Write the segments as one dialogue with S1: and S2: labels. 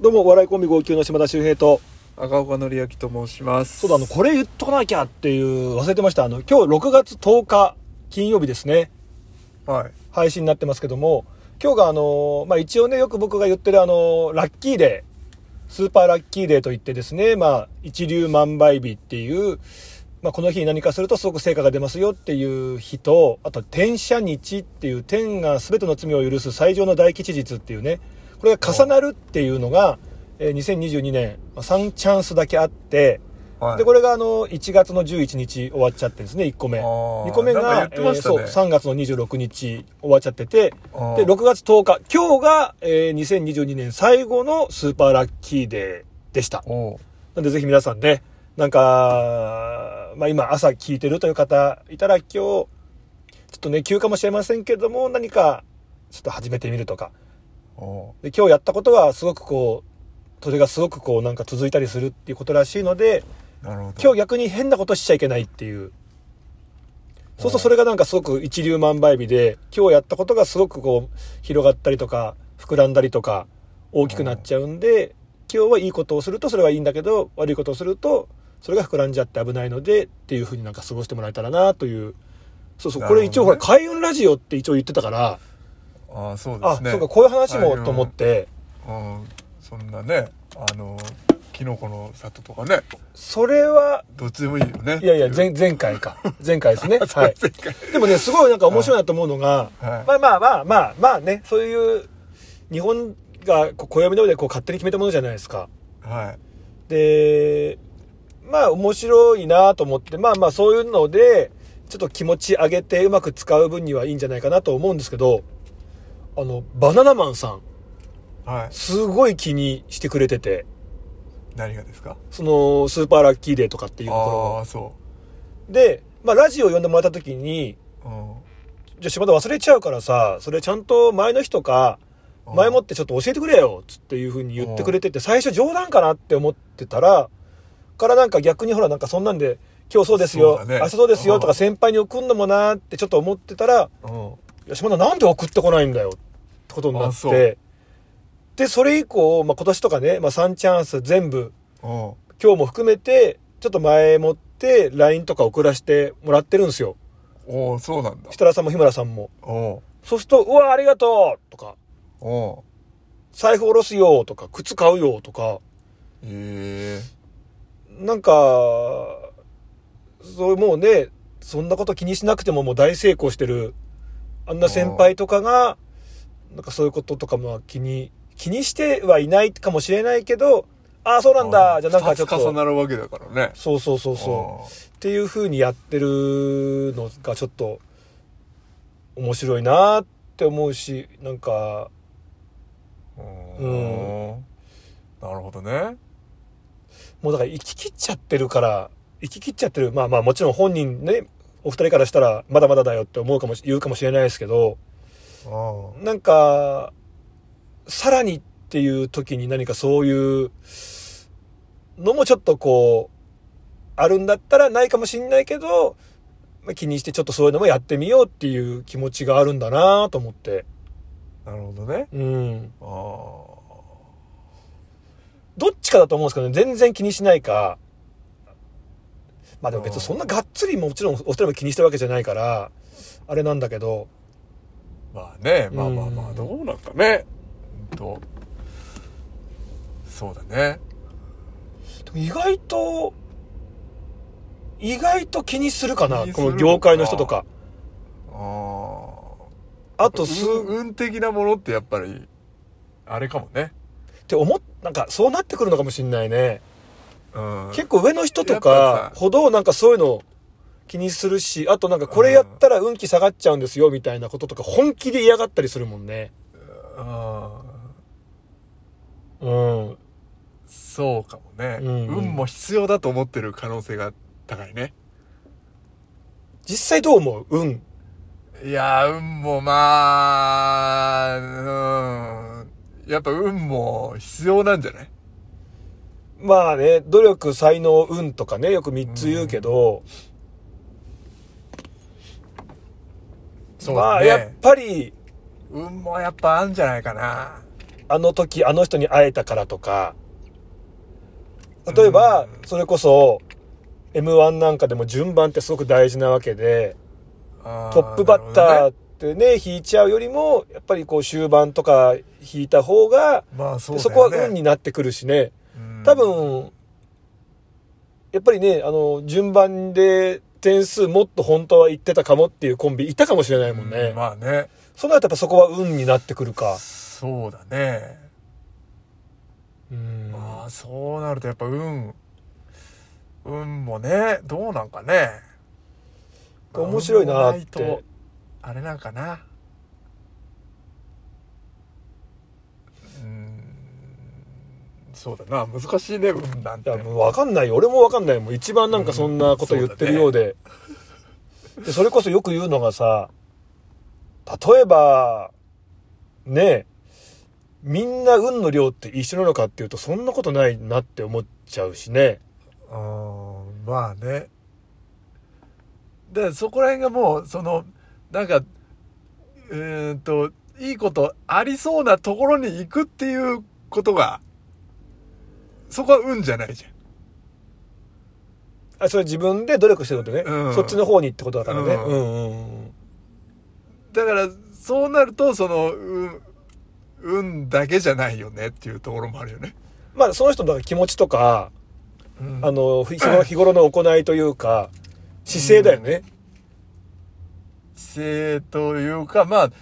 S1: どうも、笑いコンビ号泣の島田秀平と、
S2: 赤岡典明と申します
S1: そうだ、あの、これ言っとかなきゃっていう、忘れてました。あの、今日6月10日、金曜日ですね、
S2: はい
S1: 配信になってますけども、今日があの、まあ一応ね、よく僕が言ってるあの、ラッキーデー、スーパーラッキーデーといってですね、まあ、一流万倍日っていう、まあこの日に何かするとすごく成果が出ますよっていう日と、あと、転写日っていう、天が全ての罪を許す最上の大吉日っていうね、これが重なるっていうのが、えー2022年、3チャンスだけあって、
S2: はい
S1: で、これがあの、1月の11日終わっちゃってるんですね、1個目。
S2: あー
S1: 2個目
S2: なん
S1: が、
S2: か言ってましたね
S1: えーそう、3月の26日終わっちゃってて、
S2: あー
S1: で、6月10日、今日が、えー2022年最後のスーパーラッキーデーでした。
S2: おう
S1: なんでぜひ皆さんね、なんか、まあ今朝聞いてるという方いたら今日、ちょっとね、急かもしれませんけれども、何か、ちょっと始めてみるとか、
S2: おう
S1: で今日やったことはすごくこうそれがすごくこうなんか続いたりするっていうことらしいので
S2: なるほど
S1: 今日逆に変なことしちゃいけないっていうそうするとそれがなんかすごく一粒万倍日で今日やったことがすごくこう広がったりとか膨らんだりとか大きくなっちゃうんで今日はいいことをするとそれはいいんだけど悪いことをするとそれが膨らんじゃって危ないのでっていうふうになんか過ごしてもらえたらなというそうそうこれ一応ほ
S2: な
S1: ら
S2: るほ
S1: 開運ラジオって一応言ってたから
S2: ああそうで
S1: あ
S2: すね
S1: そうかこういう話もと思って。
S2: うんそんなねあのキノコの里とかね
S1: それは
S2: どっちでもいいよね
S1: いやいや、前、前回 か。前回ですね。はい。
S2: 前回
S1: でもね、すごいなんか面白いなと思うのが、
S2: はい
S1: まあまあまあまあ、まあね、そういう、日本がこう暦の上でこう勝手に決めたものじゃないですか。
S2: はい
S1: で、まあ面白いなと思って、まあまあそういうので、ちょっと気持ち上げてうまく使う分にはいいんじゃないかなと思うんですけど、あの、バナナマンさん、
S2: はい
S1: すごい気にしてくれてて、
S2: 何がですか
S1: その、スーパーラッキーデーとかっていうところ
S2: ああ
S1: を
S2: そ
S1: で、まあラジオを呼んでもらった時に、
S2: ううん
S1: じゃあ島田忘れちゃうからさ、それちゃんと前の日とか、
S2: うん
S1: 前もってちょっと教えてくれよ、つっていう風に言ってくれてて、最初冗談かなって思ってたら、からなんか逆にほらなんかそんなんで、今日そうですよ
S2: そ、うだね
S1: 明日そうですよと
S2: う
S1: か
S2: ん
S1: 先輩に送んのもなーってちょっと思ってたら、
S2: うん
S1: いや島田なんで送ってこないんだよってことにな
S2: あ
S1: っ
S2: そう
S1: て、で、それ以降、まあ今年とかね、まあ3チャンス全部、
S2: うん
S1: 今日も含めて、ちょっと前もって LINE とか送らせてもらってるんですよ。
S2: おうそうなんだ
S1: 設楽さんも日村さんも。
S2: おう
S1: そうすると、うわ、ありがとうとか、
S2: おう
S1: 財布下ろすよとか、靴買うよとか、
S2: ええ
S1: なんか、そう、もうね、そんなこと気にしなくてももう大成功してる、あんな先輩とかが、なんかそういうこととかも気に、気にしてはいないかもしれないけど、ああ、そうなんだ、じゃあなんかちょっ
S2: 重
S1: と、
S2: なるわけだからね
S1: そうそうそうそう、っていう風にやってるのがちょっと、面白いなって思うし、なんか、
S2: うんなるほどね
S1: もうだから行き切っちゃってるから、行き切っちゃってる。まあまあもちろん本人ね、お二人からしたらまだまだだよって思うかもし、言うかもしれないですけど、
S2: うん
S1: なんか、さらにっていう時に何かそういうのもちょっとこう、あるんだったらないかもしんないけど、まあ気にしてちょっとそういうのもやってみようっていう気持ちがあるんだなと思って。
S2: なるほどね。
S1: うん。
S2: ああ。
S1: どっちかだと思うんですけどね、全然気にしないか。まあでも別にそんながっつりもちろんお二人も気にしてるわけじゃないから、あれなんだけど、
S2: まあね、まあまあま
S1: う
S2: あ、
S1: ん
S2: どうなんかね。うんと。そうだね。
S1: でも意外と、意外と気にするかな、
S2: 気にす
S1: こ
S2: るの
S1: の
S2: か
S1: 業界の人とか。
S2: ああ。
S1: あとす、
S2: 運
S1: っ
S2: 運的なものってやっぱり、あれかもね。
S1: て思っ、なんかそうなってくるのかもしんないね。
S2: うん。
S1: 結構上の人と
S2: やっぱ
S1: か
S2: さ
S1: ほどなんかそういうの気にするし、あとなんかこれやったら運気下がっちゃうんですよみたいなこととか本気で嫌がったりするもんね。
S2: あ
S1: うん。
S2: ーそうかもね、
S1: うんうん
S2: 運も必要だと思ってる可能性が高いね。
S1: 実際どう思う運。
S2: いやー、運もまあ、うん。やっぱ運も必要なんじゃない
S1: まあね、努力、才能、運とかね、よく3つ言うけど、
S2: そう
S1: ま
S2: だ
S1: あ
S2: ね。
S1: やっぱり
S2: 運もやっぱあんじゃないかな。
S1: あの時あの人に会えたからとか、例えば、それこそ、M1 なんかでも順番ってすごく大事なわけで、トップバッター
S2: ー
S1: ってね、引いちゃうよりも、やっぱりこう終盤とか引いた方が、
S2: まあそう
S1: でそ
S2: だよね
S1: こは運になってくるしね。
S2: うん
S1: 多分、やっぱりね、あの、順番で点数もっと本当は言ってたかもっていうコンビいたかもしれないもんね。
S2: うんまあね
S1: その後やっぱそこは運になってくるか。
S2: そうだね
S1: うん。
S2: まあそうなるとやっぱ運運もねどうなんかね
S1: 面白いなーって
S2: 運もないとあれなんかなうんそうだな難しいね運なん
S1: い
S2: て
S1: や、もうわかんないよ。俺もわかんないもん。一番なんかそんなこと言ってるようで。でそれこそよく言うのがさ、例えば、ねえ、みんな運の量って一緒なのかっていうと、そんなことないなって思っちゃうしね。
S2: うんまあねでそこら辺がもうそのなんかうーんといいことありそうなところに行くっていうことがそこは運じゃないじ
S1: あそれ自分で努力してることね、
S2: うん
S1: そっちの方にってことだからね、
S2: うん
S1: うんうんうん
S2: ゃんだからそうなるとその運運だけじゃないよねっていうところもあるよね、
S1: まあその人の気持ちとか、
S2: うん
S1: あの日 頃日頃の行いというか姿勢だよね、
S2: 姿勢というかまあ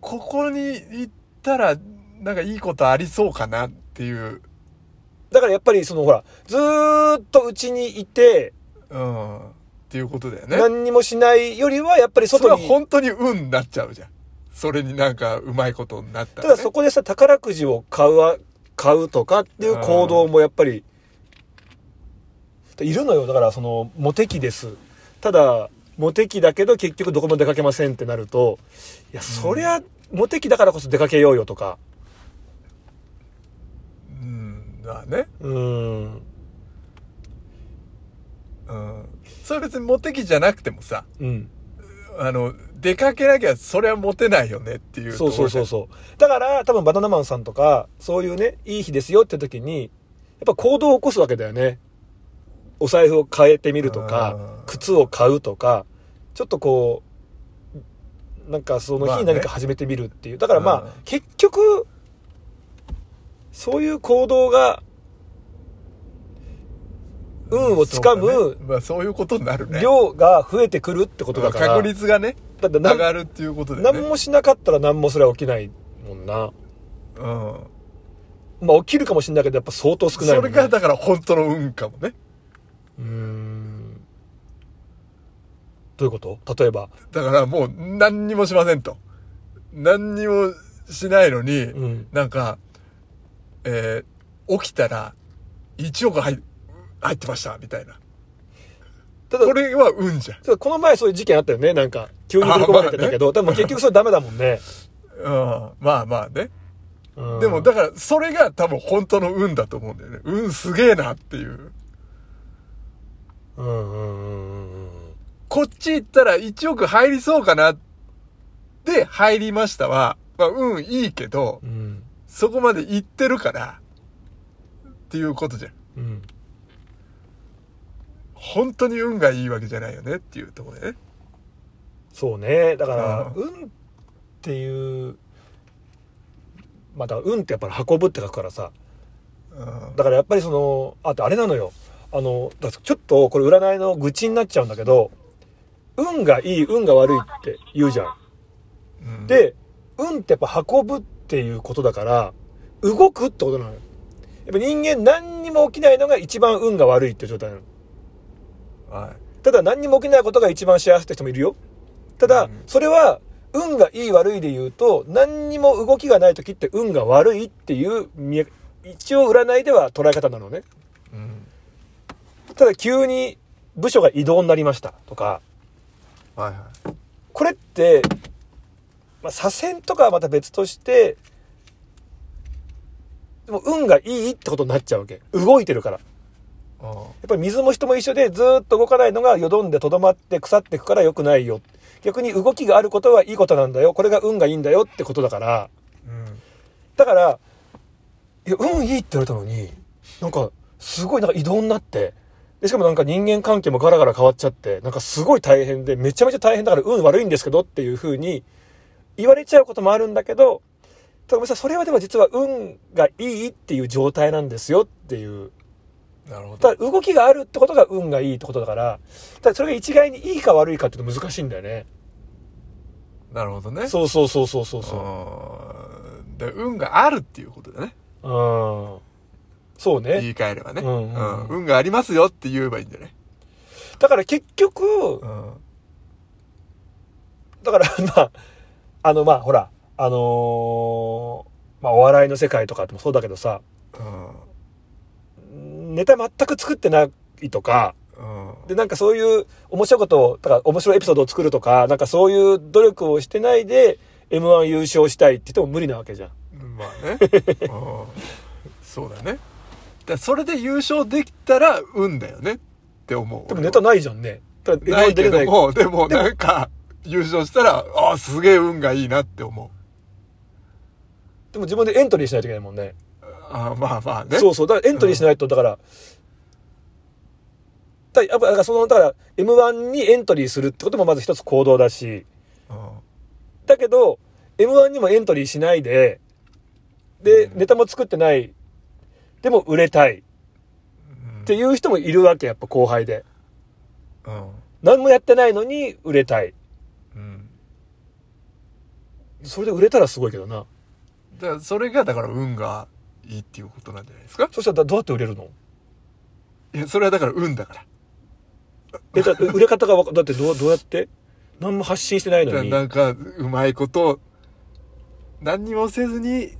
S2: ここに行ったらなんかいいことありそうかなっていう
S1: だからやっぱりそのほらずーっとうちにいて
S2: うんっていうことだよね
S1: 何にもしないよりはやっぱり
S2: それ
S1: 外
S2: は
S1: に
S2: 本当に運になっちゃうじゃん。それになんかうまいことになった
S1: た
S2: ら、
S1: だ
S2: ね。
S1: そこでさ宝くじを買うわ買うとかっていう行動もやっぱりいるのよだからそのモテ期ですただモテ期だけど結局どこも出かけませんってなるといやそりゃモテ期だからこそ出かけようよとか
S2: うん、まあね。
S1: うん
S2: うん。それ別にモテ期じゃなくてもさ、
S1: うん
S2: あの、出かけなきゃそれはモテないよねっていう
S1: そうそうそう
S2: う。
S1: そうだから多分バナナマンさんとかそういうねいい日ですよって時にやっぱ行動を起こすわけだよねお財布を変えてみるとか
S2: うん
S1: 靴を買うとかちょっとこうなんかその
S2: まあ
S1: 日
S2: ね
S1: に何か始めてみるっていう、だからまあ、
S2: うん
S1: 結局そういう行動が運をつか
S2: そうだ
S1: む
S2: ねまあそういうことになるね。
S1: 量が増えてくるってことだ
S2: まあ
S1: から、
S2: 確率がね、
S1: だってな
S2: 上
S1: ん
S2: がるっていうことだよ
S1: 何
S2: ね。
S1: もしなかったら何もそれは起きないもんな。
S2: うん。
S1: まあ起きるかもしれないけど、やっぱ相当少ないも
S2: そ
S1: んね、
S2: れがだから本当の運かもね。
S1: うーん。どういうこと例えば。
S2: だからもう何にもしませんと。何にもしないのに、
S1: うん。
S2: なんか、えー起きたら、1億入入ってました、みたいな。
S1: ただ
S2: こ、れは運じゃん。
S1: ただこの前そういう事件あったよね。なんか、急に振り込まれてたけど、でも結局それダメだもんね。
S2: うん。まあまあね。
S1: うん
S2: でも、だから、それが多分本当の運だと思うんだよね。運すげえなっていう。
S1: うんうんうんうんうん。
S2: こっち行ったら1億入りそうかな。で、入りましたは、まあ運いいけど
S1: う、ん。
S2: そこまで行ってるから、っていうことじゃん。
S1: うん。
S2: 本当に運がいいわけじゃないよねっていうところでね。
S1: そうね。だから、
S2: う
S1: 運っていう、まあだから運ってやっぱり運ぶって書くからさ。
S2: うん。
S1: だからやっぱりその、あとあれなのよ。あの、だからちょっとこれ占いの愚痴になっちゃうんだけど、運がいい、運が悪いって言うじゃん。
S2: うん、
S1: で、運ってやっぱ運ぶっていうことだから、動くってことなのよ。やっぱ人間何にも起きないのが一番運が悪いって状態なの。
S2: はい。
S1: ただ何にも起きないことが一番幸せって人もいるよ。ただ
S2: うん、
S1: それは、運がいい悪いで言うと、何にも動きがない時って運が悪いっていう見え、一応占いでは捉え方なのね。
S2: うん。
S1: ただ急に部署が異動になりましたとか、
S2: はいはい。
S1: これって、まあ、左遷とかはまた別として、でも運がいいってことになっちゃうわけ。動いてるから。やっぱり水も人も一緒でずーっと動かないのがよどんでとどまって腐っていくから良くないよ。逆に動きがあることはいいことなんだよ。これが運がいいんだよってことだから。
S2: うん。
S1: だから、いや、運いいって言われたのに、なんか、すごいなんか移動になって、で、しかもなんか人間関係もガラガラ変わっちゃって、なんかすごい大変で、めちゃめちゃ大変だから運悪いんですけどっていう風に言われちゃうこともあるんだけど、ただごめんなさい、それはでも実は運がいいっていう状態なんですよっていう。
S2: なるほ
S1: た
S2: ど
S1: だ動きがあるってことが運がいいってことだから、ただそれが一概にいいか悪いかっていうと難しいんだよね。
S2: なるほどね
S1: そうそうそうそうそうそう。
S2: うんで運があるっていうことだね
S1: うん。そうね
S2: 言。い換えればね、
S1: うんうんうん
S2: 運がありますよって言えばいいんじゃない、
S1: だから結局、
S2: うん、
S1: だから、 まあ、あの、まあ、ほら、あのーまあ、お笑いの世界とかもそうだけどさ、ネタ全く作ってないとか、
S2: うんうん
S1: で、なんかそういう面白いことを、だから面白いエピソードを作るとか、なんかそういう努力をしてないで、M1 優勝したいって言っても無理なわけじゃん。
S2: まあね、うん、そうだねだそれで優勝できたら運だよねって思う
S1: でもネタ
S2: 俺
S1: ないじゃんね。だから
S2: はない
S1: M1 出
S2: け
S1: れ
S2: どもでもなんか優勝したらああすげえ運がいいなって思う
S1: でも自分でエントリーしないといけないもんね。
S2: あーまあまあね
S1: そうそう。だからエントリーしないと、だから、だやっぱ、だからその、だから、M1 にエントリーするってこともまず一つ行動だし、
S2: うん
S1: だけど、M1 にもエントリーしないで、で、ネタも作ってない、でも売れたいっていう人もいるわけ、やっぱ後輩で。
S2: うん
S1: 何もやってないのに売れたい。
S2: うん
S1: それで売れたらすごいけどな。
S2: だからそれがだから運がいいっていうことなんじゃないですか
S1: そしたらどうやって売れるの
S2: いやそれはだから運だから
S1: え、だ売れ方がわか、だってどう、どうやって何も発信してない
S2: だ
S1: の
S2: から
S1: に。
S2: なんかうまいこと何にもせずに